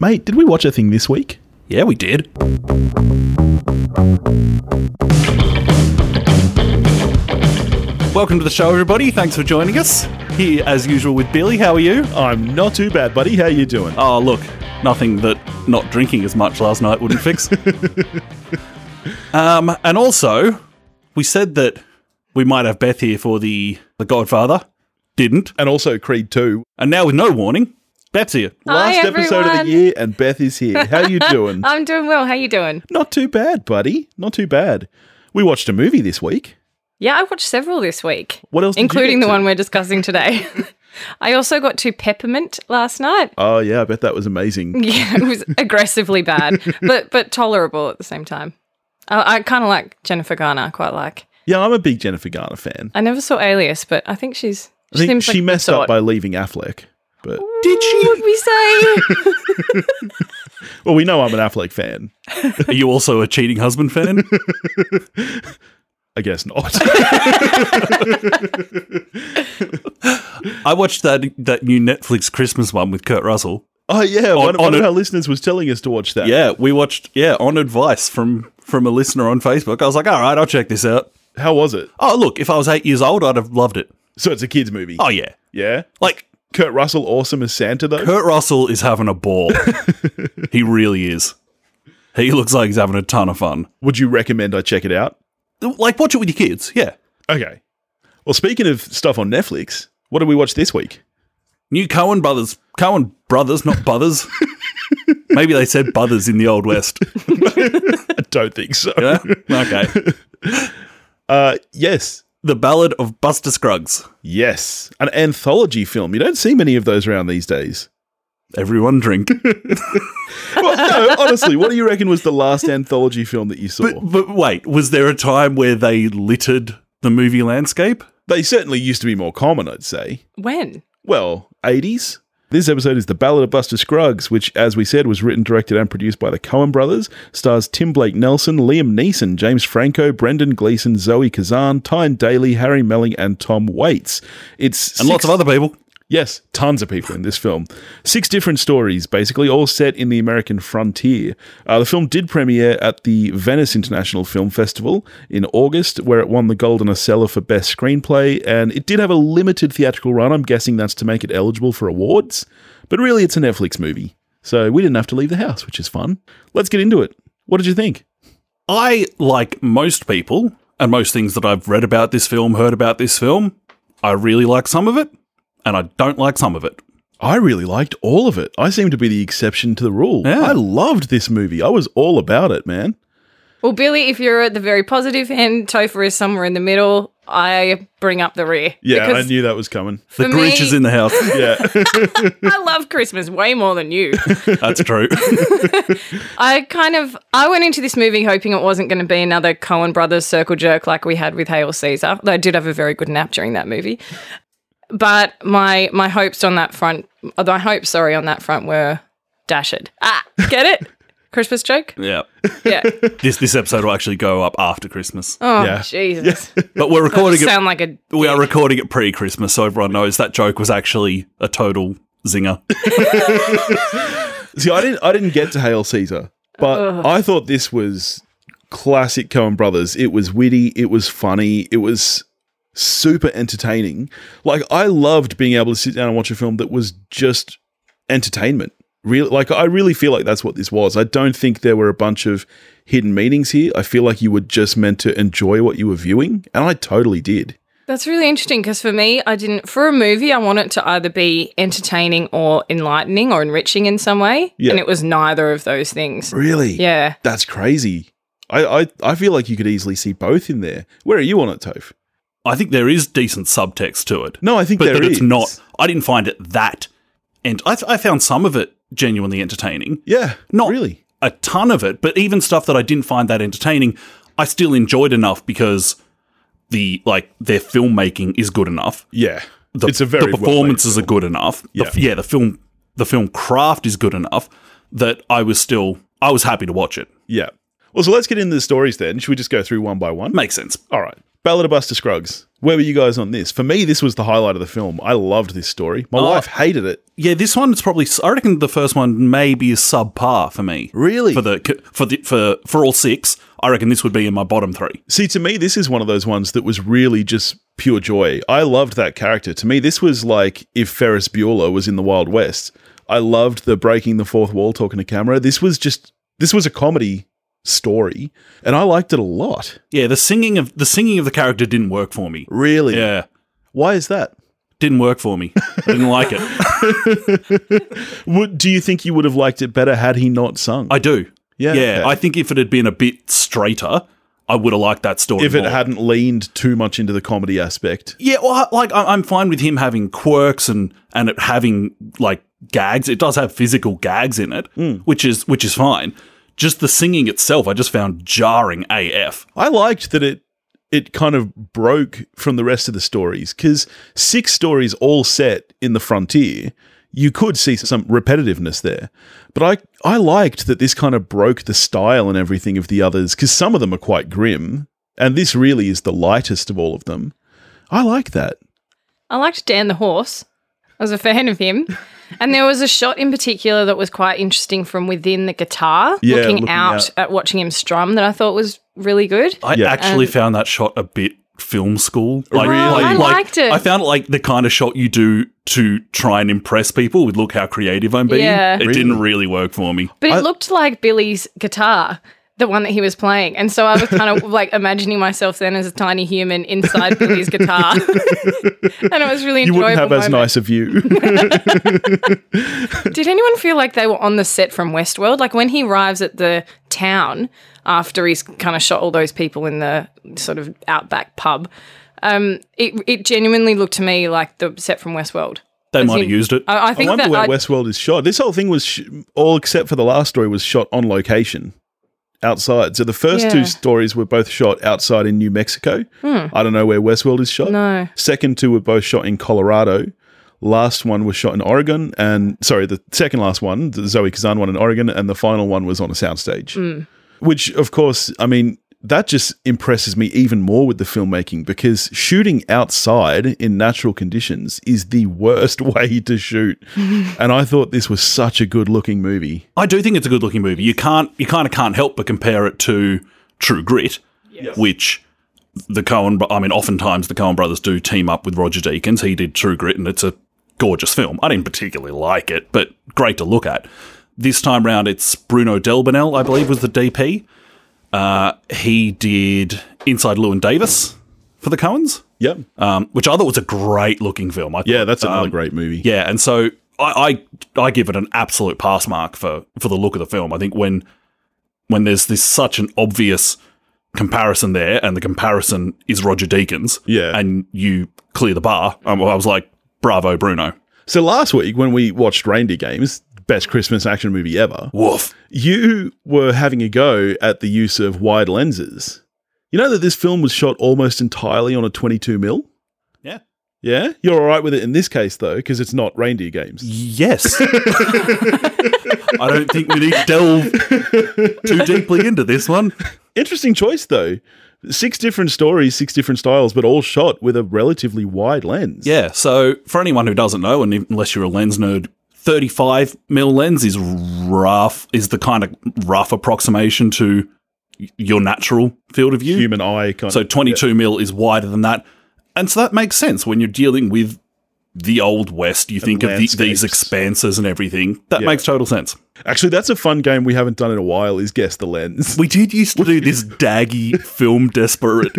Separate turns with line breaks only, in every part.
Mate, did we watch a thing this week?
Yeah, we did. Welcome to the show, everybody. Thanks for joining us. Here, as usual, with Billy. How are you?
I'm not too bad, buddy. How you doing?
Oh, look, nothing that not drinking as much last night wouldn't fix. um, and also, we said that we might have Beth here for the the Godfather. Didn't.
And also Creed 2.
And now, with no warning, Beth's here.
Last episode of
everyone.
the year and Beth is here. How you doing?
I'm doing well. How you doing?
not too bad, buddy. Not too bad. We watched a movie this week.
Yeah, I watched several this week,
What else did you
including
get
the
to?
one we're discussing today. I also got to peppermint last night.
Oh yeah, I bet that was amazing.
Yeah, it was aggressively bad, but but tolerable at the same time. I, I kind of like Jennifer Garner. I Quite like.
Yeah, I'm a big Jennifer Garner fan.
I never saw Alias, but I think she's.
I think
seems
she
like
messed
the
up
sort.
by leaving Affleck. But
Did she?
Would we say?
well, we know I'm an Affleck fan.
Are you also a cheating husband fan?
I guess not.
I watched that that new Netflix Christmas one with Kurt Russell.
oh yeah, one,
on
one of
a-
our listeners was telling us to watch that.
Yeah, we watched. Yeah, on advice from from a listener on Facebook, I was like, "All right, I'll check this out."
How was it?
Oh, look, if I was eight years old, I'd have loved it.
So it's a kids movie.
Oh yeah,
yeah.
like
Kurt Russell awesome as Santa though.
Kurt Russell is having a ball. he really is. He looks like he's having a ton of fun.
Would you recommend I check it out?
Like, watch it with your kids. Yeah,
Okay. Well, speaking of stuff on Netflix, what did we watch this week?
new Cohen brothers, Cohen brothers, not brothers. Maybe they said brothers in the old west.
I don't think so.
Yeah? Okay,
Uh, yes.
the Ballad of Buster Scruggs.
Yes. An anthology film. You don't see many of those around these days.
Everyone drink.
Well, no, honestly, what do you reckon was the last anthology film that you saw?
But, but wait, was there a time where they littered the movie landscape?
they certainly used to be more common, I'd say.
when?
Well, 80s. This episode is The Ballad of Buster Scruggs, which, as we said, was written, directed, and produced by the Coen brothers. Stars Tim Blake Nelson, Liam Neeson, James Franco, Brendan Gleeson, Zoe Kazan, Tyne Daly, Harry Melling, and Tom Waits. It's
And lots of other people.
Yes, tons of people in this film. Six different stories, basically, all set in the American frontier. Uh, the film did premiere at the Venice International Film Festival in August, where it won the Golden Acela for Best Screenplay, and it did have a limited theatrical run. I'm guessing that's to make it eligible for awards, but really, it's a Netflix movie. So we didn't have to leave the house, which is fun. Let's get into it. What did you think?
I, like most people, and most things that I've read about this film, heard about this film, I really like some of it, and I don't like some of it.
I really liked all of it. I seem to be the exception to the rule.
Yeah.
I loved this movie. I was all about it, man.
Well, Billy, if you're at the very positive end, Topher is somewhere in the middle. I bring up the rear.
Yeah,
because
I knew that was coming.
The
For
Grinch
me-
is in the house.
Yeah.
I love Christmas way more than you.
That's true.
I kind of I went into this movie hoping it wasn't going to be another Cohen Brothers circle jerk like we had with Hail Caesar. Though I did have a very good nap during that movie. But my my hopes on that front, uh, my hopes sorry on that front were dashed. Ah, get it? Christmas joke?
yeah.
Yeah.
This this episode will actually go up after Christmas.
Oh
Yeah.
Jesus!
But we're recording it
Sound like a
we are recording it pre Christmas, so everyone knows that joke was actually a total zinger.
See, I didn't I didn't get to Hail Caesar, but I thought this was classic Coen Brothers. It was witty, it was funny, it was super entertaining. Like I loved being able to sit down and watch a film that was just entertainment. Real like I really feel like that's what this was. I don't think there were a bunch of hidden meanings here. I feel like you were just meant to enjoy what you were viewing, and I totally did.
That's really interesting because for me, I didn't. For a movie, I want it to either be entertaining or enlightening or enriching in some way.
Yeah.
And it was neither of those things.
Really?
Yeah.
That's crazy. I, I, I feel like you could easily see both in there. Where are you on it, Toph?
I think there is decent subtext to it.
No, I think
but
there
that it's
is.
not. I didn't find it that, and I, I found some of it genuinely entertaining.
Yeah,
Not
really.
a ton of it, but even stuff that I didn't find that entertaining, I still enjoyed enough because the like their filmmaking is good enough.
Yeah,
The,
it's a very
the performances are good enough. The f- yeah, the film the film craft is good enough that I was still I was happy to watch it.
yeah. Well, so let's get into the stories then. Should we just go through one by one?
Makes sense.
All right. Ballad of Buster Scruggs. Where were you guys on this? For me, this was the highlight of the film. I loved this story. My
Oh.
wife hated it.
Yeah, this one's probably. I reckon the first one may be subpar for me.
Really?
For the for the for for all six, I reckon this would be in my bottom three.
See, to me, this is one of those ones that was really just pure joy. I loved that character. To me, this was like if Ferris Bueller was in the Wild West. I loved the breaking the fourth wall, talking to camera. This was just this was a comedy story, and I liked it a lot.
Yeah, the singing of the singing of the character didn't work for me.
Really?
Yeah,
Why is that?
didn't work for me. I didn't like it.
Would, do you think you would have liked it better had he not sung?
I do.
Yeah,
yeah.
okay.
I think if it had been a bit straighter, I would have liked that story.
if it
more.
hadn't leaned too much into the comedy aspect.
Yeah, well, I- like I- I'm fine with him having quirks and and it having like gags. It does have physical gags in it,
Hmm.
which is which is fine. Just the singing itself, I just found jarring AF.
I liked that it it kind of broke from the rest of the stories because six stories all set in the frontier. You could see some repetitiveness there, but I I liked that this kind of broke the style and everything of the others because some of them are quite grim, and this really is the lightest of all of them. I like that.
I liked Dan the horse. I was a fan of him. And there was a shot in particular that was quite interesting from within the guitar,
Yeah,
looking,
looking
out,
out.
at watching him strum, that I thought was really good.
I
Yeah.
actually
And-
found that shot a bit film school. Like,
Oh, I liked it.
I found it like the kind of shot you do to try and impress people with look how creative I'm being.
Yeah.
It didn't really work for me.
But it
I-
looked like Billy's guitar, the one that he was playing. And so I was kind of like imagining myself then as a tiny human inside Billy's guitar. and it was really enjoyable.
You wouldn't have as
moment.
nice a view.
Did anyone feel like they were on the set from Westworld? Like when he arrives at the town after he's kind of shot all those people in the sort of outback pub, um, it, it genuinely looked to me like the set from Westworld.
They might have
in-
used it.
I, I
I
think
wonder
that
where
I-
Westworld is shot. This whole thing was sh- all except for the last story was shot on location outside. So the first
Yeah.
two stories were both shot outside in New Mexico. I don't know where Westworld is shot.
No.
Second two were both shot in Colorado. Last one was shot in Oregon, and sorry, the second last one, the Zoe Kazan one in Oregon, and the final one was on a soundstage. Which, of course, I mean, that just impresses me even more with the filmmaking because shooting outside in natural conditions is the worst way to shoot. and I thought this was such a good looking movie.
I do think it's a good looking movie. You can't you kind of can't help but compare it to True Grit, which the Cohen I mean oftentimes the Cohen brothers do team up with Roger Deakins. He did True Grit and it's a gorgeous film. I didn't particularly like it, but great to look at. This time round it's Bruno Delbonnel, I believe was the DP. Uh, he did Inside Llewyn Davis for the Cohens,
Yep.
um, which I thought was a great looking film. I
Yeah,
thought,
that's another
um,
great movie.
yeah, and so I, I I give it an absolute pass mark for for the look of the film. I think when when there's this such an obvious comparison there, and the comparison is Roger Deakins,
Yeah.
and you clear the bar. um, I, I was like, bravo, Bruno.
So last week when we watched Reindeer Games, best Christmas action movie ever,
Woof.
you were having a go at the use of wide lenses. You know that this film was shot almost entirely on a 22 mil?
Yeah.
Yeah? You're all right with it in this case, though, because it's not reindeer games.
Yes. I don't think we need to delve too deeply into this one.
Interesting choice, though. Six different stories, six different styles, but all shot with a relatively wide lens.
Yeah. So for anyone who doesn't know, and unless you're a lens nerd, 35 mil lens is rough. Is the kind of rough approximation to y- your natural field of view.
Human eye kind
So
of.
22 mil is wider than that, and so that makes sense when you're dealing with the old west. You think of the,
landscapes.
these expanses and everything. That
Yeah.
makes total sense.
Actually, that's a fun game we haven't done in a while is Guess the Lens.
We did used to do this daggy film desperate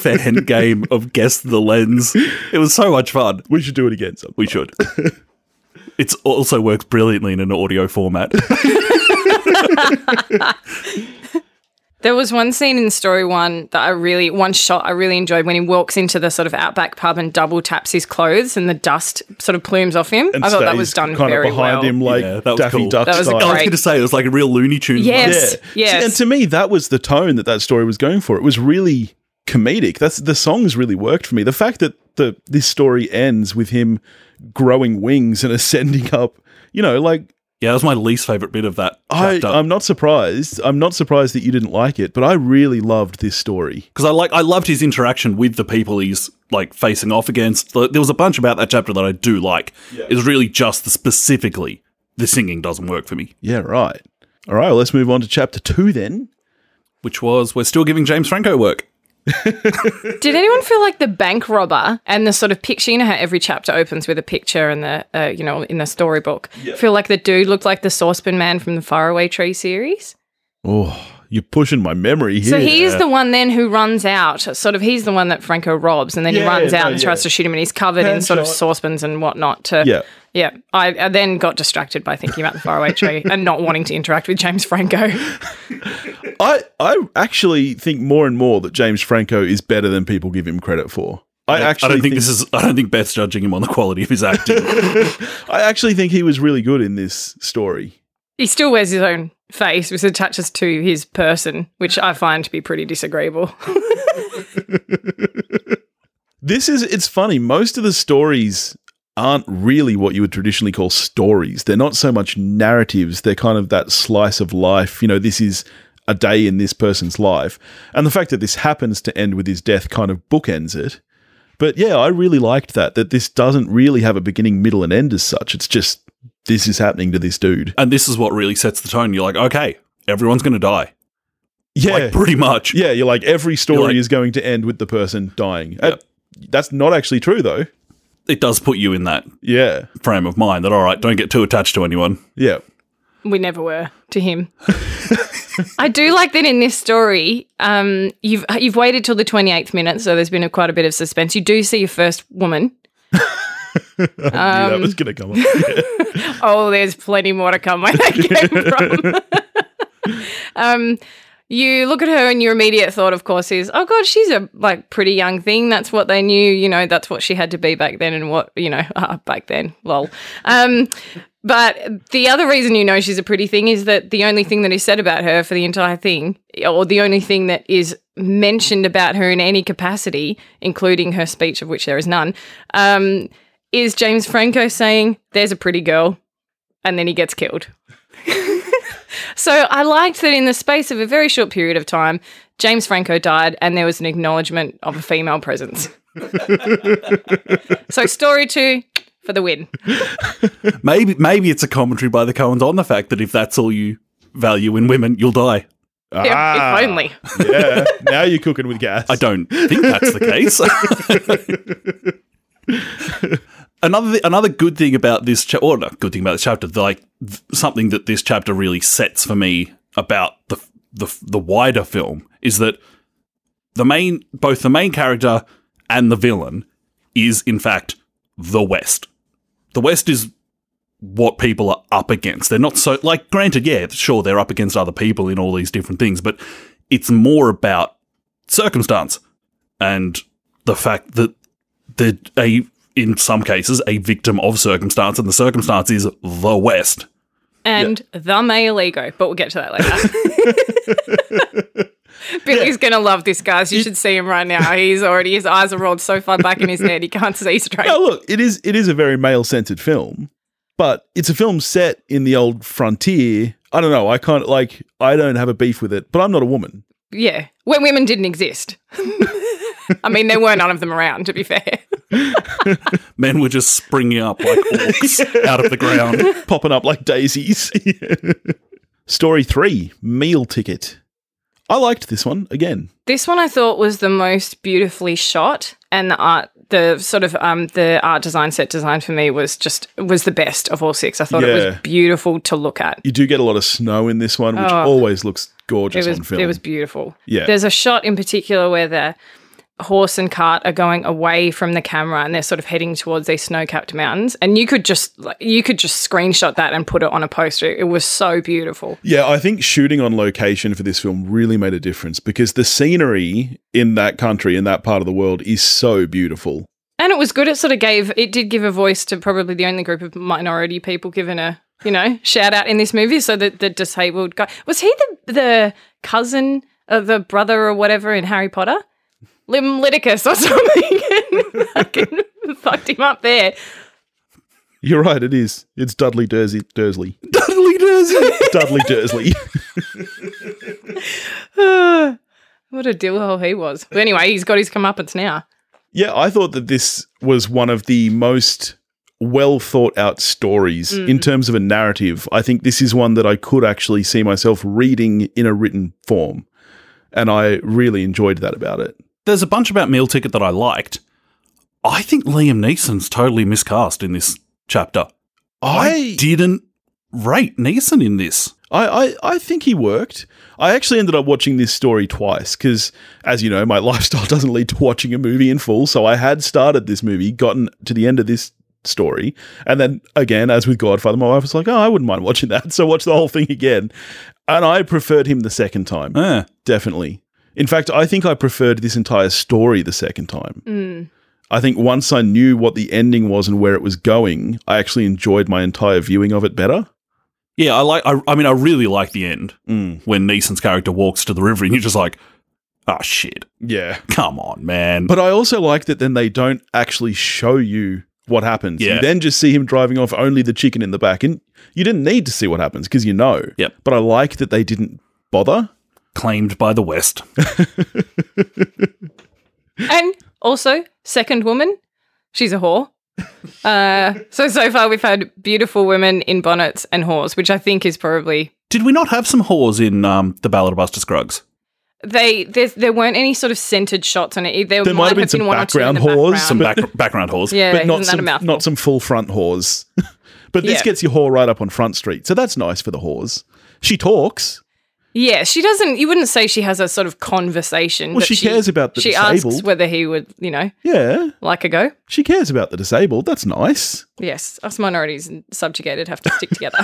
fan game of guess the lens. It was so much fun.
We should do it again sometime.
We should. it also works brilliantly in an audio format.
There was one scene in story one that I really, one shot I really enjoyed when he walks into the sort of outback pub and double taps his clothes and the dust sort of plumes off him.
And
I thought that
stays
was done
kind
very
of behind
well.
him like
Yeah, that was
Daffy
cool.
Duck
That was a
style.
I was
Right.
going to say it was like a real Looney Tunes.
Yes.
Yeah.
yes.
See, And to me, that was the tone that that story was going for. It was really comedic. That's the songs really worked for me. The fact that the this story ends with him growing wings and ascending up, you know, like
Yeah, that was my least favorite bit of that
I, um,
chapter.
I'm not surprised. I'm not surprised that you didn't like it, but I really loved this story.
because I like I loved his interaction with the people he's like facing off against. Th- There was a bunch about that chapter that I do like. It's really just the, specifically the singing doesn't work for me,
Yeah, right. All right, well, let's move on to chapter two then.
which was we're still giving James Franco work.
Did anyone feel like the bank robber and the sort of picture? You know how every chapter opens with a picture and the uh, you know in the storybook. Feel like the dude looked like the saucepan man from the Faraway Tree series.
Oh, you're pushing my memory here.
So he's the one then who runs out. Sort of, he's the one that Franco robs, and then he
Yeah,
runs out
no,
and
yeah.
tries to shoot him, and he's covered in sort of saucepans and whatnot. To
Yeah.
yeah. I, I then got distracted by thinking about the faraway tree and not wanting to interact with James Franco.
I I actually think more and more that James Franco is better than people give him credit for. I, actually
I don't think, this is. I don't think Beth's judging him on the quality of his acting.
I actually think he was really good in this story.
he still wears his own face, which attaches to his person, which I find to be pretty disagreeable.
This is it's funny. Most of the stories aren't really what you would traditionally call stories. They're not so much narratives. They're kind of that slice of life. You know, this is a day in this person's life, and the fact that this happens to end with his death kind of bookends it. But yeah, I really liked that. That this doesn't really have a beginning, middle, and end as such. It's just this is happening to this dude.
and this is what really sets the tone. You're like, okay, everyone's going to die,
Yeah,
like pretty much.
Yeah, you're like every story
You're like-
is going to end with the person dying. Uh, that's not actually true though.
It does put you in that
Yeah.
frame of mind that all right, don't get too attached to anyone.
Yeah.
we never were to him. I do like that in this story. Um, you've you've waited till the twenty eighth minute, so there's been a, quite a bit of suspense. You do see your first woman.
I knew that
Um,
was going to come up.
Oh, there's plenty more to come where that came from. um, you look at her, and your immediate thought, of course, is, "Oh God, she's a like pretty young thing. That's what they knew. You know, that's what she had to be back then, and what you know ah, back then." Lol. Um, but the other reason you know she's a pretty thing is that the only thing that is said about her for the entire thing, or the only thing that is mentioned about her in any capacity, including her speech, of which there is none, um, is James Franco saying, There's a pretty girl. And then he gets killed. so I liked that in the space of a very short period of time, James Franco died and there was an acknowledgement of a female presence. so, story two for the win.
Maybe maybe it's a commentary by the Coens on the fact that if that's all you value in women, you'll die.
If-
Ah,
If only.
yeah. Now you're cooking with gas.
I don't think that's the case. another thi- another good thing about this chapter, or not good thing about this chapter, like th- something that this chapter really sets for me about the f- the f- the wider film is that the main both the main character and the villain is in fact the West. The West is what people are up against. They're not so like granted, yeah, sure they're up against other people in all these different things, but it's more about circumstance and the fact that the a in some cases a victim of circumstance and the circumstance is the West.
And the male ego, but we'll get to that later. Billy's gonna love this, guys. You should see him right now. He's already his eyes are rolled so far back in his head he can't see straight.
Now look, it is it is a very male centered film, but it's a film set in the old frontier. I don't know. I can't like I don't have a beef with it, but I'm not a woman.
Yeah, when women didn't exist. I mean, there were none of them around, to be fair.
Men were just springing up like orcs out of the ground.
Popping up like daisies. Story 3, meal ticket. I liked this one again.
This one I thought was the most beautifully shot, and the art, the sort of um, the art design, set design for me was just was the best of all six. I thought it
Yeah.
was beautiful to look at.
You do get a lot of snow in this one, which
Oh.
always looks gorgeous
It was
on film.
it was beautiful.
Yeah.
there's a shot in particular where the horse and cart are going away from the camera and they're sort of heading towards these snow-capped mountains and you could just like, you could just screenshot that and put it on a poster it was so beautiful
yeah, I think shooting on location for this film really made a difference because the scenery in that country, in that part of the world, is so beautiful.
And it was good. It sort of gave, it did give a voice to probably the only group of minority people given a, you know, shout out in this movie. So the, the disabled guy, was he the, the cousin of the brother or whatever in Harry Potter? Lim Liticus or something. fucking fucked him up there.
You're right, it is. It's Dudley Dursley. Dursley.
Dudley Dursley.
Dudley Dursley.
what a dillhole he was. But anyway, he's got his comeuppance now.
Yeah, I thought that this was one of the most well thought out stories in terms of a narrative. I think this is one that I could actually see myself reading in a written form. And I really enjoyed that about it.
There's a bunch about Meal Ticket that I liked. I think Liam Neeson's totally miscast in this chapter. I
I
didn't rate Neeson in this.
I, I, I think he worked. I actually ended up watching this story twice because, as you know, my lifestyle doesn't lead to watching a movie in full. So I had started this movie, gotten to the end of this story. And then again, as with Godfather, my wife was like, oh, I wouldn't mind watching that. So watch the whole thing again. And I preferred him the second time,
Eh.
definitely. In fact, I think I preferred this entire story the second time.
Mm.
I think once I knew what the ending was and where it was going, I actually enjoyed my entire viewing of it better.
Yeah, I like. I, I mean, I really like the end
Mm,
when Neeson's character walks to the river, and you're just like, "Ah, shit!
yeah.
Come on, man!"
But I also like that then they don't actually show you what happens.
Yeah.
You then just see him driving off only the chicken in the back. And you didn't need to see what happens because you know.
Yep.
But I like that they didn't bother.
claimed by the West.
And also, second woman, she's a whore. Uh, so, so far we've had beautiful women in bonnets and whores, which I think is probably.
Did we not have some whores in um, the Ballad of Buster Scruggs?
They there's, there weren't any sort of centered shots on it. There,
There might have been some
one or two
background
in the
whores,
background.
Some back- background whores.
yeah,
but not
isn't that a
some,
mouthful?
not some full front whores. but this
Yeah.
gets your whore right up on front street. So that's nice for the whores. She talks.
Yeah, she doesn't. You wouldn't say she has a sort of conversation.
Well,
but
she cares about the
she asks
disabled.
whether he would, you know,
Yeah.
like a go.
She cares about the disabled. That's nice.
Yes, us minorities and subjugated have to stick together.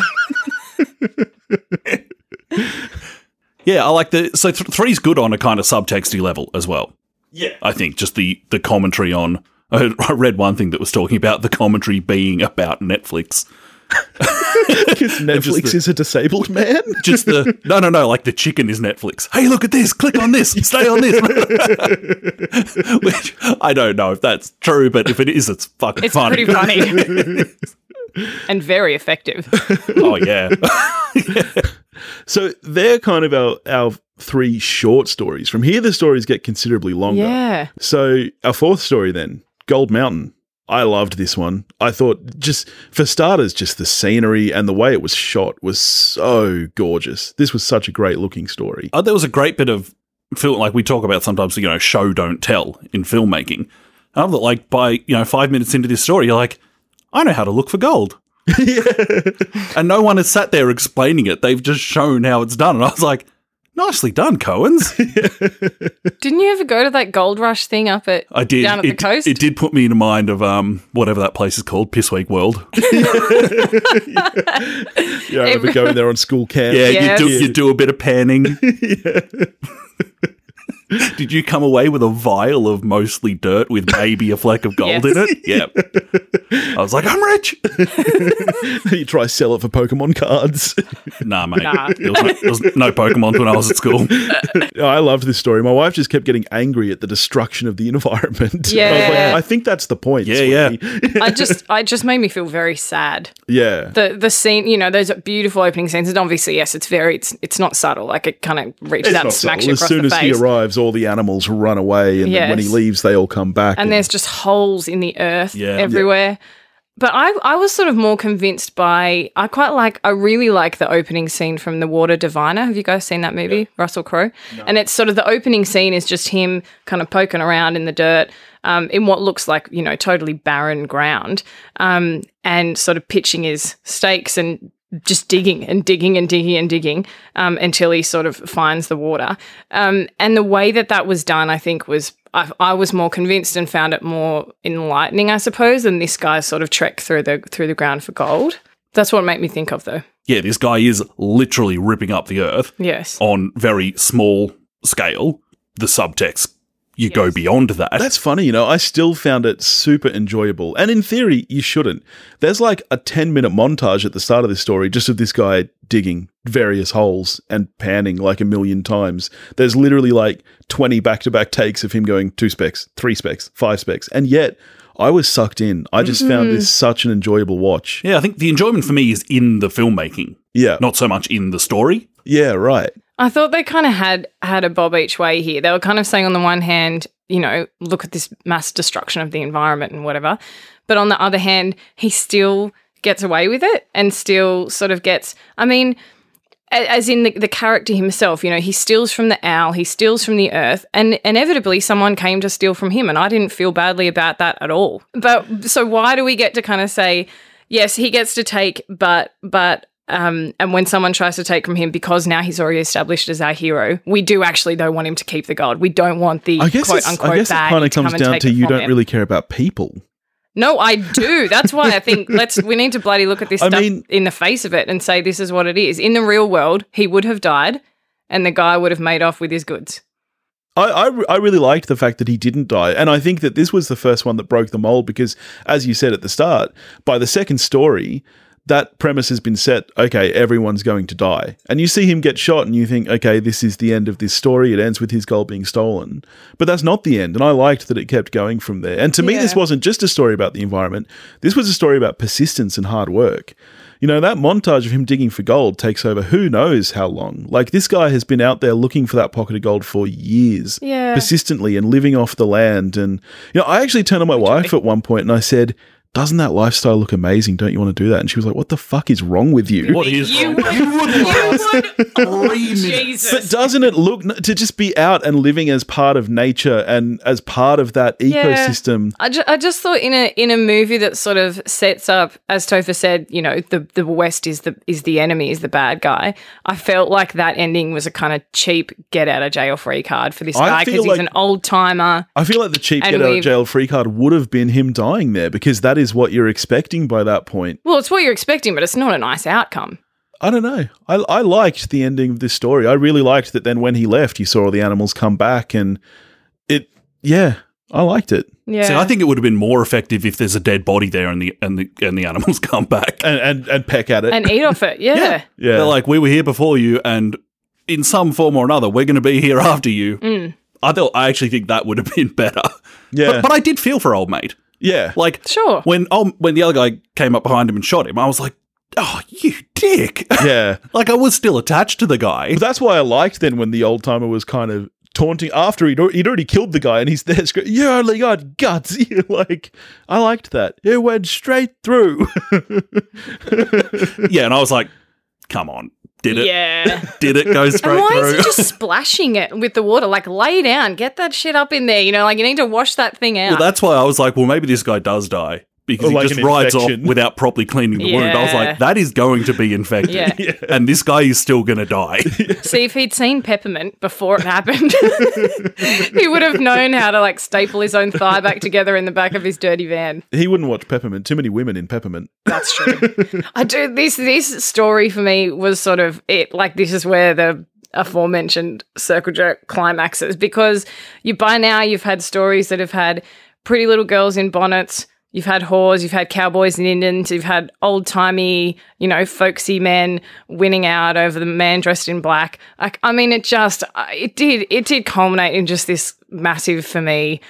Yeah, I like the so th- three's good on a kind of subtexty level as well. Yeah, I think just the the commentary on. I I read one thing that was talking about the commentary being about Netflix.
Because Netflix is a disabled man.
Just the no, no, no. Like the chicken is Netflix. Hey, look at this. Click on this. Stay on this. Which I don't know if that's true, but if it is, it's fucking
It's
funny.
pretty funny and very effective.
oh yeah.
So they're kind of our, our three short stories. From here, the stories get considerably longer.
Yeah,
So our fourth story then, Gold Mountain. I loved this one. I thought just for starters, just the scenery and the way it was shot was so gorgeous. This was such a great looking story.
Uh,
Oh, there was a great bit of film, like we talk about sometimes, you know, show don't tell in filmmaking. And I'm like, by you know, five minutes into this story, you're like, I know how to look for gold, and no one has sat there explaining it. They've just shown how it's done, and I was like, nicely done, Cohen's.
didn't you ever go to that gold rush thing up at
I did.
down at
it,
the coast?
It did put me in mind of um whatever that place is called, Pissweek World.
Yeah, I remember going there on school camp.
Yeah,
Yes.
you do you do a bit of panning. Did you come away with a vial of mostly dirt with maybe a fleck of gold in
Yes.
it? Yeah. I was like, I'm rich.
you try to sell it for Pokemon cards.
Nah, mate.
Nah.
There, was no, there was no Pokemon when I was at school.
I loved this story. My wife just kept getting angry at the destruction of the environment. I, was like,
Yeah.
I think that's the point.
Yeah,
sweetie."
I just, I just made me feel very sad.
yeah.
The the scene, you know, those beautiful opening scenes, and obviously, yes, it's very, it's it's not subtle. Like it kind of reaches out and smacks
subtle.
you across
As soon
the
as
face.
he arrives, all the animals run away, and then when he
Yes.
leaves, they all come back.
and there's just holes in the earth
Yeah. Yeah.
everywhere. But I, I was sort of more convinced by I quite like I really like the opening scene from The Water Diviner. Have you guys seen that movie, Russell Crowe? And it's sort of the opening scene is just him kind of poking around in the dirt, um, in what looks like you know totally barren ground, um, and sort of pitching his stakes and just digging and digging and digging and digging um, until he sort of finds the water. Um, and the way that that was done, I think, was I, I was more convinced and found it more enlightening, I suppose, than this guy's sort of trek through the through the ground for gold. That's what it made me think of, though.
Yeah, this guy is literally ripping up the earth
Yes,
on very small scale. The subtext, you go
Yes.
beyond that.
That's funny, you know. I still found it super enjoyable. And in theory, you shouldn't. There's like a 10 minute montage at the start of this story just of this guy digging various holes and panning like a million times. There's literally like 20 back to back takes of him going two specs, three specs, five specs. And yet, I was sucked in. I just found
Mm-hmm.
this such an enjoyable watch.
Yeah, I think the enjoyment for me is in the filmmaking,
Yeah.
not so much in the story.
yeah, right.
I thought they kind of had had a bob each way here. They were kind of saying on the one hand, you know, look at this mass destruction of the environment and whatever, but on the other hand, he still gets away with it and still sort of gets. I mean, a- as in the, the character himself, you know, he steals from the owl, he steals from the earth, and inevitably someone came to steal from him, and I didn't feel badly about that at all. But so why do we get to kind of say, yes, he gets to take, but but um, and when someone tries to take from him because now he's already established as our hero, we do actually though want him to keep the gold. We don't want the
I guess,
quote
it's-
unquote
I guess it
bad
kind of
to come
comes
and
down
take
to
it
you
from
don't
him.
really care about people.
No, I do. That's why I think let's we need to bloody look at this
I
stuff
mean-
in the face of it and say this is what it is. In the real world, he would have died and the guy would have made off with his goods.
I, I, re- I really liked the fact that he didn't die. And I think that this was the first one that broke the mold because, as you said at the start, by the second story, that premise has been set okay, everyone's going to die. And you see him get shot and you think, okay, this is the end of this story. It ends with his gold being stolen. But that's not the end. And I liked that it kept going from there. And to me, this
Yeah.
wasn't just a story about the environment, this was a story about persistence and hard work. You know, that montage of him digging for gold takes over who knows how long. Like, this guy has been out there looking for that pocket of gold for years
Yeah.
persistently and living off the land. And, you know, I actually turned to my wife
e-
at one point and I said, Doesn't that lifestyle look amazing? Don't you want to do that? And she was like, What the fuck is wrong with you?
What is
You
wrong?
would-
You would last three minutes.
But
Jesus.
doesn't it look to just be out and living as part of nature and as part of that
Yeah.
ecosystem?
I, ju- I just thought in a in a movie that sort of sets up, as Topher said, you know, the the West is the is the enemy, is the bad guy. I felt like that ending was a kind of cheap get out of jail free card for this
I
guy
feel
because
like-
he's an old timer.
I feel like the cheap
And
get out of
we've-
jail free card would have been him dying there because that is what you're expecting by that point.
Well, it's what you're expecting, but it's not a nice outcome.
I don't know. I, I liked the ending of this story. I really liked that then when he left, you saw all the animals come back and it, yeah, I liked it.
Yeah.
See, I think it would have been more effective if there's a dead body there and the and the and the animals come back.
and and, and peck at it.
and eat off it, yeah.
yeah,
They're like, we were here before you, and in some form or another, we're going to be here after you.
Mm.
I thought I actually think that would have been better.
Yeah.
but, but I did feel for old mate.
yeah,
Like
Sure.
when oh, when the other guy came up behind him and shot him, I was like, oh, you dick.
yeah.
like I was still attached to the guy.
But that's why I liked then when the old timer was kind of taunting after he'd, al- he'd already killed the guy and he's there screaming, "You only got guts!" You're like, I liked that. It went straight through.
yeah, and I was like, come on, did it?
Yeah.
Did it go
and
straight
why
through?
is he just splashing it with the water? Like, lay down, get that shit up in there. You know, like you need to wash that thing out.
Well, that's why I was like, well, maybe this guy does die because
Or
he
like
just
an
rides
infection.
off without properly cleaning the wound. I was
Yeah.
like, that is going to be infected,
Yeah.
and this guy is still going to die.
See, if he'd seen peppermint before it happened, he would have known how to like staple his own thigh back together in the back of his dirty van.
he wouldn't watch Peppermint. Too many women in Peppermint.
That's true. I do this. This story for me was sort of it. Like this is where the aforementioned circle jerk climaxes because you by now you've had stories that have had pretty little girls in bonnets. You've had whores, you've had cowboys and Indians, you've had old timey, you know, folksy men winning out over the man dressed in black. Like, I mean, it just, uh, it did, it did culminate in just this massive for me.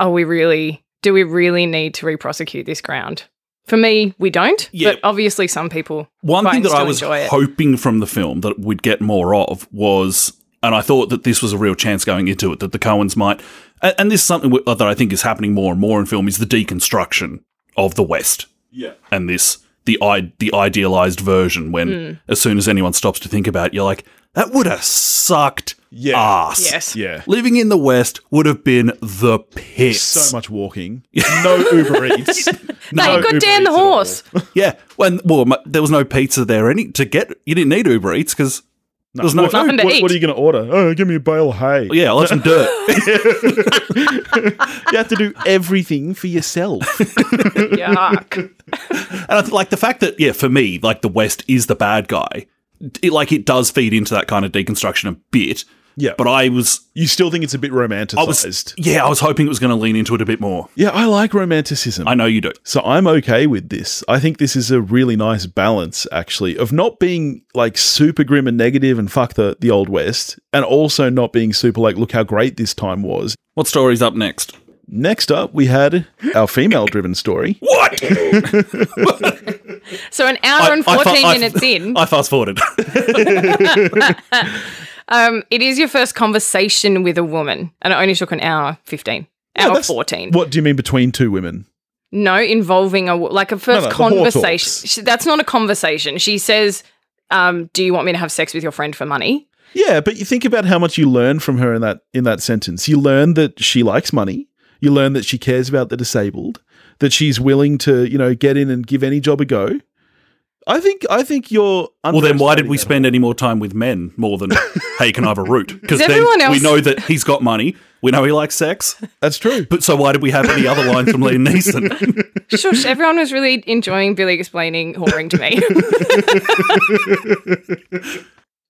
Are we really, do we really need to re-prosecute this ground? For me, we don't.
Yeah.
But obviously, some people.
One
quite
thing that
still
I was
enjoy it.
hoping from the film that we'd get more of was, and I thought that this was a real chance going into it that the Coens might, and, and this is something wi- that I think is happening more and more in film is the deconstruction of the West. Yeah, and this the I- the idealized version when as soon as anyone stops to think about, it, you're like, that would have sucked
Yeah.
ass.
Yes.
Yeah.
Living in the West would have been the piss.
So much walking. No Uber Eats.
They
No
got
Uber
Dan
Eats
the
at all.
horse.
yeah, when well, m there was no pizza there any to get. You didn't need Uber Eats because there was no
What-
Nothing to
what, what
eat.
are you going to order? Oh, give me a bale of hay.
Yeah, I'll have some dirt.
You have to do everything for yourself.
Yuck.
And I th- like the fact that, yeah, for me, like the West is the bad guy. It, like it does feed into that kind of deconstruction a bit.
Yeah.
But I was,
you still think it's a bit romanticized.
I was, yeah, I was hoping it was going to lean into it a bit more.
yeah, I like romanticism.
I know you do.
So I'm okay with this. I think this is a really nice balance, actually, of not being like super grim and negative and fuck the, the old west, and also not being super like, look how great this time was.
What story's up next?
Next up, we had our female driven story.
What?
So an hour and 14
fa-
minutes in,
I fast forwarded.
um, it is your first conversation with a woman. And it only took an hour 15. Hour
that's-
14.
What do you mean between two women?
No, involving a wo- like a first
no, the whore
conversation.
talks.
She, that's not a conversation. She says, um, "Do you want me to have sex with your friend for money?"
Yeah, but you think about how much you learn from her in that in that sentence. You learn that she likes money. You learn that she cares about the disabled. That she's willing to, you know, get in and give any job a go. I think I think you're.
well, then why did we spend any more time with men more than, hey, can I have a root? Because
Is
then
everyone
we
else-
know that he's got money. We know he likes sex.
That's true.
But so why did we have any other lines from Liam Neeson?
Shush! everyone was really enjoying Billy explaining whoring to me.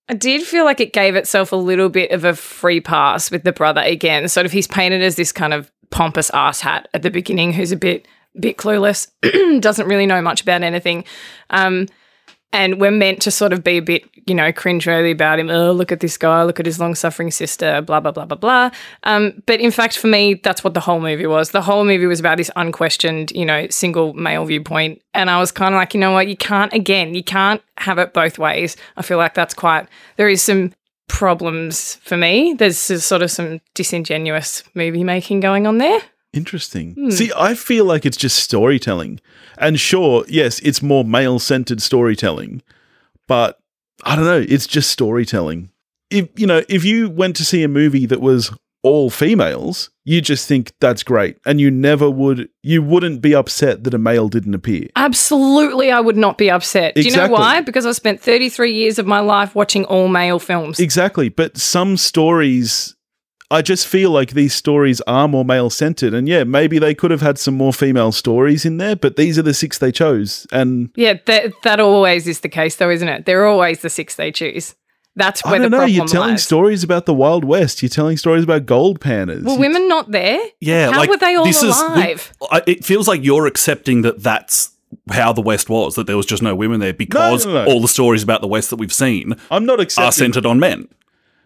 I did feel like it gave itself a little bit of a free pass with the brother again. Sort of, he's painted as this kind of pompous asshat at the beginning, who's a bit bit clueless, doesn't really know much about anything. Um, and we're meant to sort of be a bit, you know, cringeworthy about him. Oh, look at this guy! Look at his long-suffering sister. Blah blah blah blah blah. Um, but in fact, for me, that's what the whole movie was. The whole movie was about this unquestioned, you know, single male viewpoint. And I was kind of like, you know what? You can't. Again, you can't have it both ways. I feel like that's quite. There is some problems for me. There's s- sort of some disingenuous movie making going on there.
Interesting. See, I feel like it's just storytelling. And sure, yes, it's more male centered storytelling, but I don't know, it's just storytelling. If you know, if you went to see a movie that was all females, you just think that's great. And you never would you wouldn't be upset that a male didn't appear.
Absolutely, I would not be upset. Do you know
Exactly.
why? Because I spent 33 years of my life watching all male films.
Exactly. But some stories I just feel like these stories are more male centered. And yeah, maybe they could have had some more female stories in there, but these are the six they chose. And
Yeah, that that always is the case, though, isn't it? They're always the six they choose. That's where
I don't
the
know.
problem
You're telling
lies.
stories about the Wild West. You're telling stories about gold panners.
Were women not there?
Yeah,
how
like
were they all
this
alive?
Is, I- it feels like you're accepting that that's how the West was, that there was just no women there because
no, no.
all the stories about the West that we've seen
I'm not
are
accepting.
centered on men.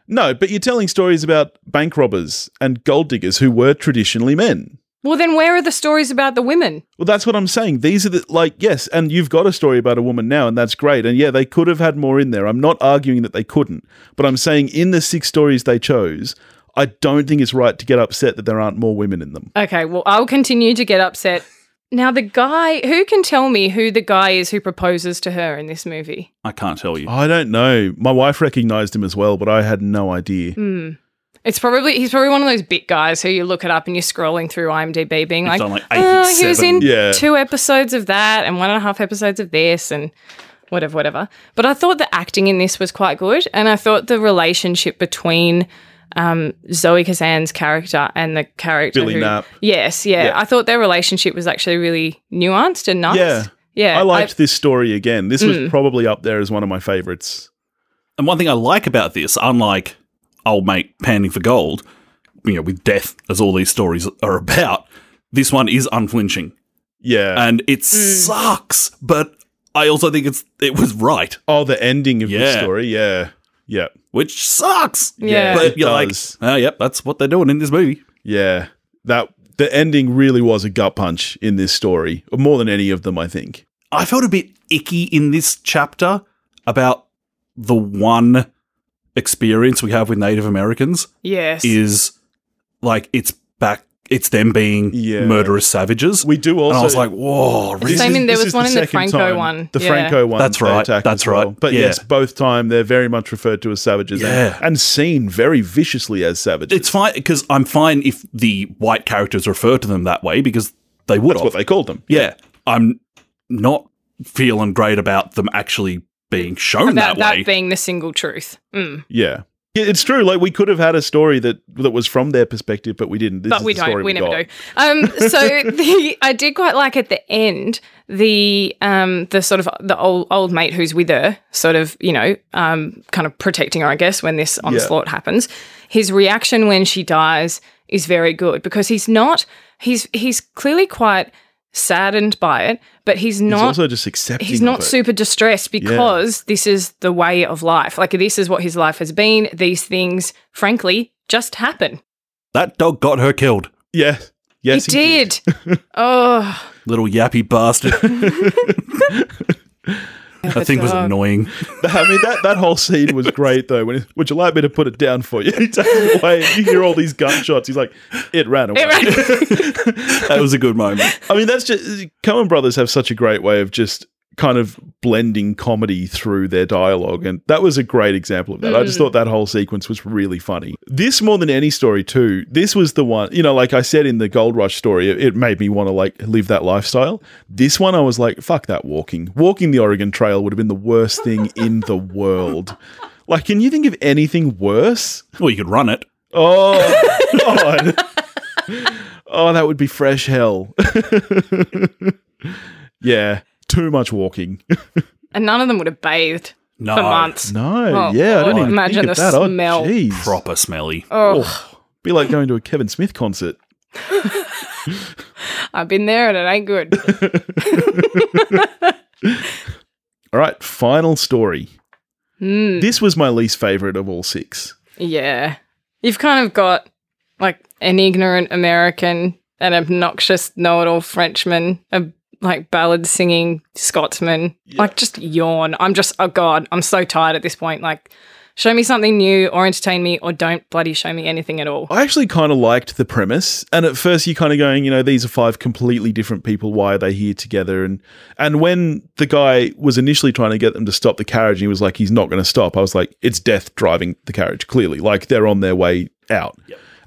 no, but you're telling stories about bank robbers and gold diggers who were traditionally men.
well, then where are the stories about the women?
Well, that's what I'm saying. These are the like yes, and you've got a story about a woman now, and that's great. And yeah, they could have had more in there. I'm not arguing that they couldn't, but I'm saying in the six stories they chose, I don't think it's right to get upset that there aren't more women in them.
Okay, well, I'll continue to get upset. Now, the guy who can tell me who the guy is who proposes to her in this movie?
I can't tell you.
I don't know. My wife recognized him as well, but I had no idea.
It's probably he's probably one of those bit guys who you look it up and you're scrolling through IMDb, being like,
done like
"Oh, he was
87."
in
Yeah.
two episodes of that and one and a half episodes of this and whatever, whatever." But I thought the acting in this was quite good, and I thought the relationship between um, Zoe Kazan's character and the character
Billy
who-
Knapp.
Yes, yeah,
Yeah.
I thought their relationship was actually really nuanced and nice.
Yeah.
yeah. Mm.
I liked this story again. This was probably up there as one of my favorites.
And one thing I like about this, unlike old mate panning for gold, you know, with death as all these stories are about, this one is unflinching,
Yeah.
and it sucks. But I also think it's it was right,
oh, the ending of this
Yeah.
story. Yeah. Yeah.
which sucks.
Yeah.
but
It
you're
does.
like, oh, yep, that's what they're doing in this movie.
Yeah. That the ending really was a gut punch in this story, more than any of them, I think.
I felt a bit icky in this chapter about the one experience we have with Native Americans
yes.
is like it's back, it's them being
Yeah.
murderous savages.
We do also.
and I was like, whoa, really?
this
Same
is-
in- there
this
was
is
one in the
second
Franco
time-
one.
The
Yeah.
Franco one.
That's
they
right,
attack
that's
as well.
right,
But
yeah.
yes, both time they're very much referred to as savages and-
Yeah.
and, seen very viciously as savages.
it's fine because I'm fine if the white characters refer to them that way because they would
That's
have.
what they called them.
yeah, I'm not feeling great about them actually being shown
about
that,
that,
way.
being the single truth. Mm.
Yeah. Yeah, It's true. Like we could have had a story that that was from their perspective, but we didn't. This
but
is
we
the story
don't. We never
got.
do. Um, so the I did quite like at the end the um the sort of the old old mate who's with her, sort of you know um kind of protecting her, I guess, when this onslaught happens. His reaction when she dies is very good because he's not he's he's clearly quite saddened by it, but he's
He's
not
also just accepting.
he's
of
not
it.
super distressed because this is the way of life. Like this is what his life has been. These things, frankly, just happen.
That dog got her killed.
Yeah. Yes,
you
he
did. oh,
Little yappy bastard. that thing was
dog.
annoying.
I mean, that, that whole scene was great, though. When he- Would you like me to put it down for you? He takes it away. and You hear all these gunshots. He's like, it ran away.
it ran-
That was a good moment.
I mean, that's just. Coen Brothers have such a great way of just kind of blending comedy through their dialogue. And that was a great example of that. I just thought that whole sequence was really funny. This, more than any story, too, this was the one, you know, like I said in the Gold Rush story, it, it made me want to like live that lifestyle. This one, I was like, fuck that walking. Walking the Oregon Trail would have been the worst thing in the world. Like, can you think of anything worse?
Well, you could run it.
Oh, God. Oh, that would be fresh hell. yeah, too much walking.
and none of them would have bathed
No.
for months.
No,
Oh,
yeah, I don't
God.
even
Imagine
think of
the
that. Oh,
smell.
jeez.
Proper smelly.
Oh,
Be like going to a Kevin Smith concert.
I've been there and it ain't good.
All right, final story.
Mm,
This was my least favorite of all six.
yeah, you've kind of got like an ignorant American, an obnoxious know-it-all Frenchman, a like ballad singing Scotsman. Like just yawn. I'm just oh god, I'm so tired at this point. Like. Show me something new or entertain me or don't bloody show me anything at all.
I actually kind of liked the premise, and at first you kind of going, you know, these are five completely different people. Why are they here together? And and when the guy was initially trying to get them to stop the carriage, and he was like, he's not going to stop. I was like, it's death driving the carriage. Clearly, like they're on their way out,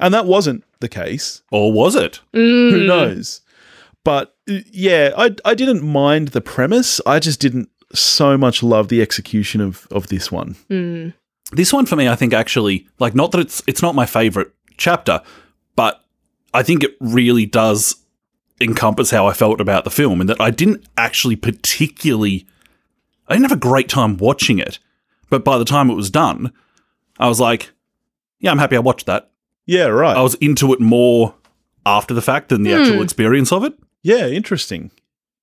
and that wasn't the case.
Or was it?
Who knows? But uh, yeah, I I didn't mind the premise. I just didn't so much love the execution of of this one.
This one for me, I think actually, like, not that it's it's not my favorite chapter, but I think it really does encompass how I felt about the film, and that I didn't actually particularly, I didn't have a great time watching it, but by the time it was done, I was like, yeah, I'm happy I watched that.
Yeah, right.
I was into it more after the fact than the actual experience of it.
yeah, interesting.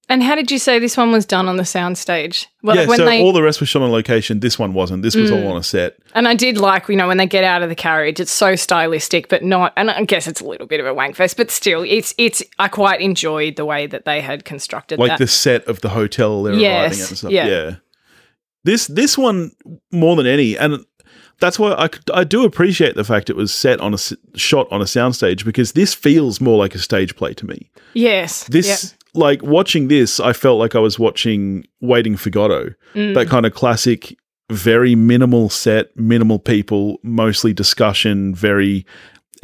And how did you say this one was done on the soundstage? Well,
yeah,
when
so
they Mm.
all the rest was shot on location. This one wasn't. This was all on a set.
and I did like you know when they get out of the carriage, it's so stylistic, but not. And I guess it's a little bit of a wank fest, but still, it's it's. I quite enjoyed the way that they had constructed
like
that.
the set of the hotel they're arriving at
Uh, Yes,
and stuff. Yeah.
yeah.
This this one more than any, and that's why I, c- I do appreciate the fact it was set on a s- shot on a soundstage because this feels more like a stage play to me.
yes, yeah.
This like watching this, I felt like I was watching Waiting for Godot, that kind of classic, very minimal set, minimal people, mostly discussion, very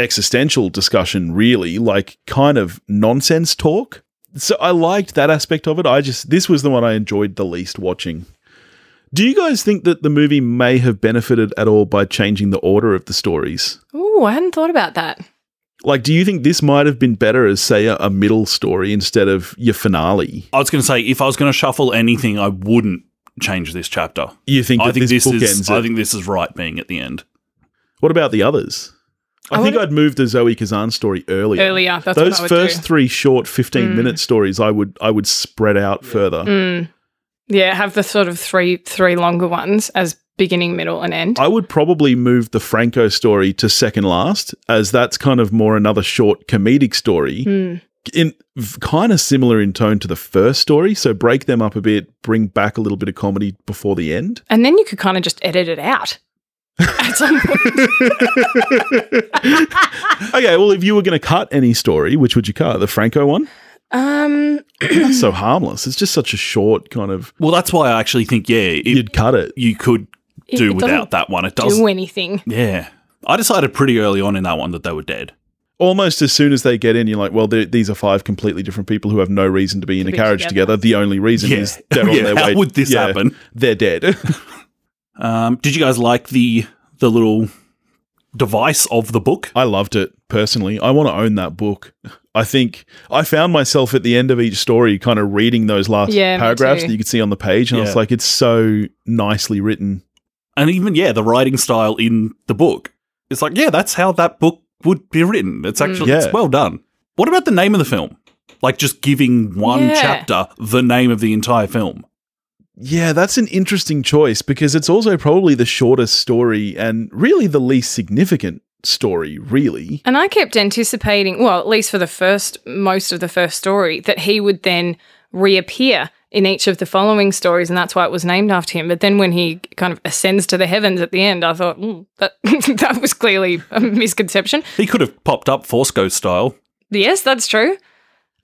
existential discussion, really, like kind of nonsense talk. So I liked that aspect of it. I just this was the one I enjoyed the least watching. Do you guys think that the movie may have benefited at all by changing the order of the stories?
Ooh, I hadn't thought about that.
Like, do you think this might have been better as, say, a, a middle story instead of your finale?
I was going to say, if I was going to shuffle anything, I wouldn't change this chapter.
You think
I
that
think
this,
this,
book
is.
ends
I
it?
think this is right being at the end.
What about the others? I,
I
think
wanna-
I'd move the Zoe Kazan story earlier.
Earlier, that's
Those
what I would
first
do. Mm.
three short fifteen-minute stories, I would I would spread out further.
Yeah, have the sort of three three longer ones as beginning, middle, and end.
I would probably move the Franco story to second last, as that's kind of more another short comedic story,
Mm.
in kind of similar in tone to the first story. So break them up a bit, bring back a little bit of comedy before the end.
and then you could kind of just edit it out. At some point.
Okay, well, if you were going to cut any story, which would you cut? The Franco one?
Um,
That's so harmless. It's just such a short kind of.
Well, that's why I actually think, yeah, it,
You'd cut it.
you could
it-
do
it
without
doesn't
that one. It does.
do anything.
Yeah. I decided pretty early on in that one that they were dead.
almost as soon as they get in, you're like, well, there- these are five completely different people who have no reason to be in a
be
carriage together.
together.
The only reason
Yeah.
is they're on
Yeah,
their
how
way.
would this happen?
They're dead.
Um, did you guys like the the little device of the book?
I loved it personally. I want to own that book. I think I found myself at the end of each story kind of reading those last
Yeah, me
paragraphs
too.
that you could see on the page. And I was
Yeah.
like, it's so nicely written.
And even yeah, the writing style in the book. It's like yeah, that's how that book would be written.
Mm.
It's actually
Yeah.
it's well done. What about the name of the film? Like just giving one
Yeah.
chapter the name of the entire film.
Yeah, that's an interesting choice because it's also probably the shortest story and really the least significant story, really.
And I kept anticipating, well, at least for the first, most of the first story, that he would then reappear in each of the following stories, and that's why it was named after him. But then when he kind of ascends to the heavens at the end, I thought mm, that that was clearly a misconception.
He could have popped up Forsco style.
Yes, that's true.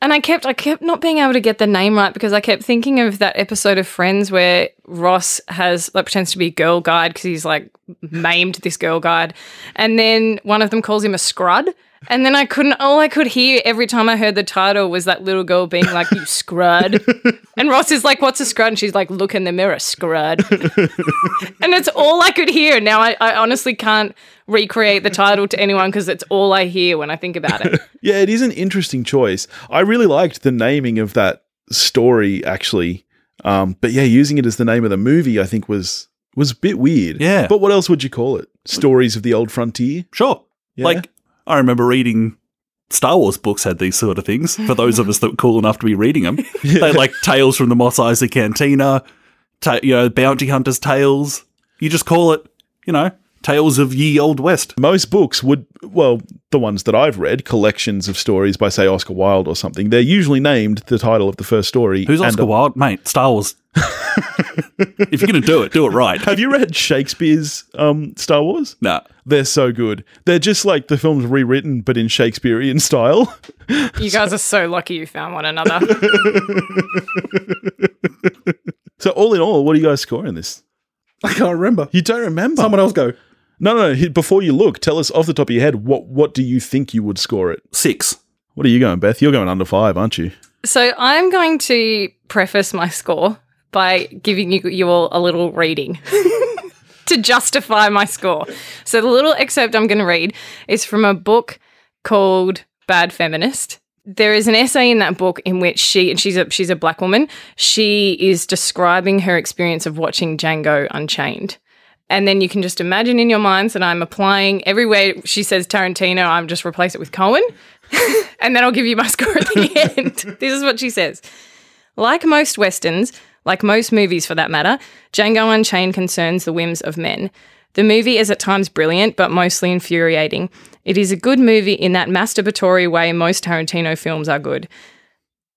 And I kept I kept not being able to get the name right because I kept thinking of that episode of Friends where Ross has like pretends to be girl guide because he's like maimed this girl guide, and then one of them calls him a scrud, and then I couldn't all I could hear every time I heard the title was that little girl being like you scrud, and Ross is like what's a scrud, and she's like look in the mirror scrud, and it's all I could hear. Now I, I honestly can't recreate the title to anyone because it's all I hear when I think about it.
Yeah, it is an interesting choice. I really liked the naming of that story, actually. Um, but yeah, using it as the name of the movie, I think was was a bit weird.
Yeah.
But what else would you call it? Stories of the old frontier.
Sure.
Yeah.
Like I remember reading Star Wars books had these sort of things for those of us that were cool enough to be reading them. They like tales from the Moss Isley Cantina, ta- you know, bounty hunters' tales. You just call it, you know, tales of ye old west.
Most books would, well, the ones that I've read, collections of stories by say Oscar Wilde or something, they're usually named the title of the first story.
Who's
and-
Oscar Wilde, mate? Star Wars. if you're gonna do it, do it right.
Have you read Shakespeare's um, Star Wars?
Nah.
They're so good. They're just like the film's rewritten, but in Shakespearean style.
You guys are so lucky you found one another.
So all in all, what do you guys score in this?
I can't remember.
You don't remember?
Someone else go.
No, no, no. he- Before you look, tell us off the top of your head what what do you think you would score it?
Six.
What are you going, Beth? You're going under five, aren't you?
So I'm going to preface my score by giving you, you all a little reading to justify my score. So the little excerpt I'm going to read is from a book called Bad Feminist. There is an essay in that book in which she and she's a she's a black woman. She is describing her experience of watching Django Unchained. And then you can just imagine in your minds that I'm applying everywhere she says Tarantino, I'm just replace it with Cohen and then I'll give you my score at the end. this is what she says. Like most westerns, like most movies for that matter, Django Unchained concerns the whims of men. The movie is at times brilliant, but mostly infuriating. It is a good movie in that masturbatory way most Tarantino films are good.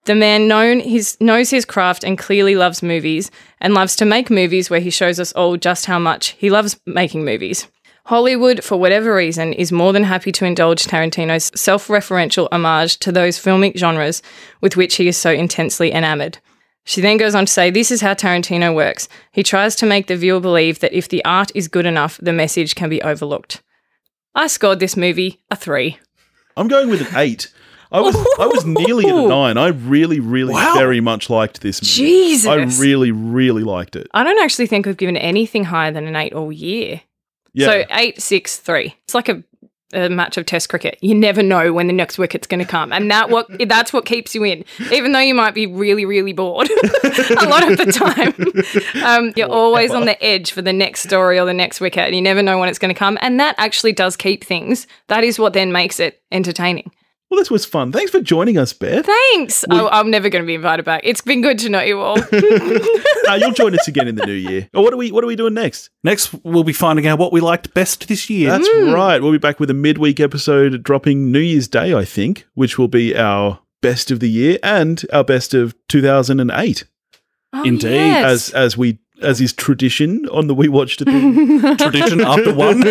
The man known his, knows his craft and clearly loves movies, and loves to make movies where he shows us all just how much he loves making movies. Hollywood, for whatever reason, is more than happy to indulge Tarantino's self referential homage to those filmic genres with which he is so intensely enamored. She then goes on to say, This is how Tarantino works. He tries to make the viewer believe that if the art is good enough, the message can be overlooked. I scored this movie a three.
I'm going with an eight. I was I was nearly at a nine. I really, really,
Wow.
very much liked this movie.
Jesus.
I really, really liked it.
I don't actually think I've given anything higher than an eight all year.
Yeah.
So eight, six, three. It's like a, a match of Test cricket. You never know when the next wicket's going to come, and that what that's what keeps you in, even though you might be really, really bored a lot of the time. Um, you're always on the edge for the next story or the next wicket, and you never know when it's going to come. And that actually does keep things. That is what then makes it entertaining.
well, this was fun. Thanks for joining us, Beth.
Thanks. I, I'm never going to be invited back. It's been good to know you all.
Uh, you'll join us again in the new year. Oh, what are we what are we doing next?
Next, we'll be finding out what we liked best this year.
That's
Mm.
right. We'll be back with a midweek episode dropping New Year's Day, I think, which will be our best of the year and our best of 2008
Oh,
Indeed.
yes.
as as we as is tradition on the We Watched It Then
Tradition after one.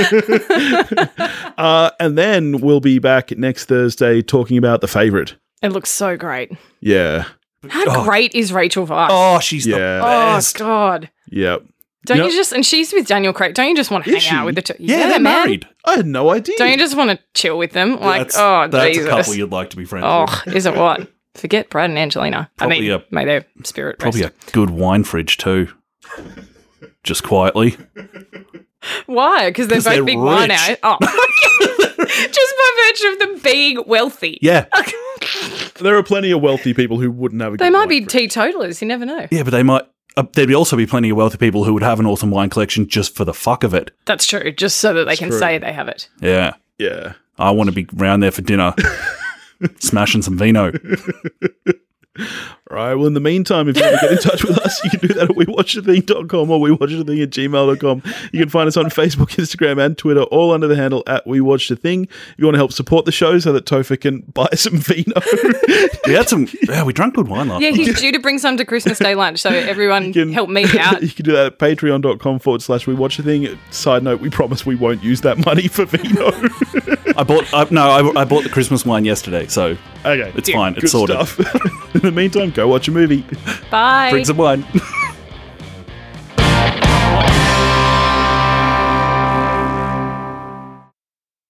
Uh, and then we'll be back next Thursday talking about the favorite.
it looks so great.
Yeah.
How great is Rachel Vice?
Oh, she's
Yeah.
the
Oh,
best.
God.
Yep.
Don't
You know-
you just, and she's with Daniel Craig. Don't you just want to hang
Is she?
out with the two?
Yeah, they're
man.
married.
I had no idea.
Don't you just want to chill with them? Like,
that's,
oh,
that's a couple
Jesus.
you'd like to be friends with.
Oh, is it what? Forget Brad and Angelina. I
Probably
mean,
a-
may their spirit
Probably
rest.
a good wine fridge too. Just quietly.
Why? Because they're
'Cause they're
both big wine
rich.
out. Oh, just by virtue of them being wealthy.
Yeah.
there are plenty of wealthy people who wouldn't have a
They
good
might be
life.
teetotalers. You never know.
Yeah, but they might. Uh, there'd be also be plenty of wealthy people who would have an awesome wine collection just for the fuck of it.
That's true. Just so that they can
true.
say they have it.
Yeah.
Yeah.
I want to be round there for dinner, smashing some vino.
All right. Well, in the meantime, if you want to get in touch with us, you can do that at wewatchathing.com or wewatchathing at gmail.com. You can find us on Facebook, Instagram, and Twitter, all under the handle at wewatchathing. If you want to help support the show so that Topher can buy some vino,
We had some. Yeah, we drank good wine last
Yeah,
night.
he's due to bring some to Christmas Day lunch, so everyone
can-
help me out.
you can do that at patreon.com forward slash wewatchathing. Side note, we promise we won't use that money for vino.
I bought. I, no, I, I bought the Christmas wine yesterday, so
okay.
it's fine.
Good
It's sorted.
stuff. in the meantime, go watch a movie.
Bye.
Drink some wine.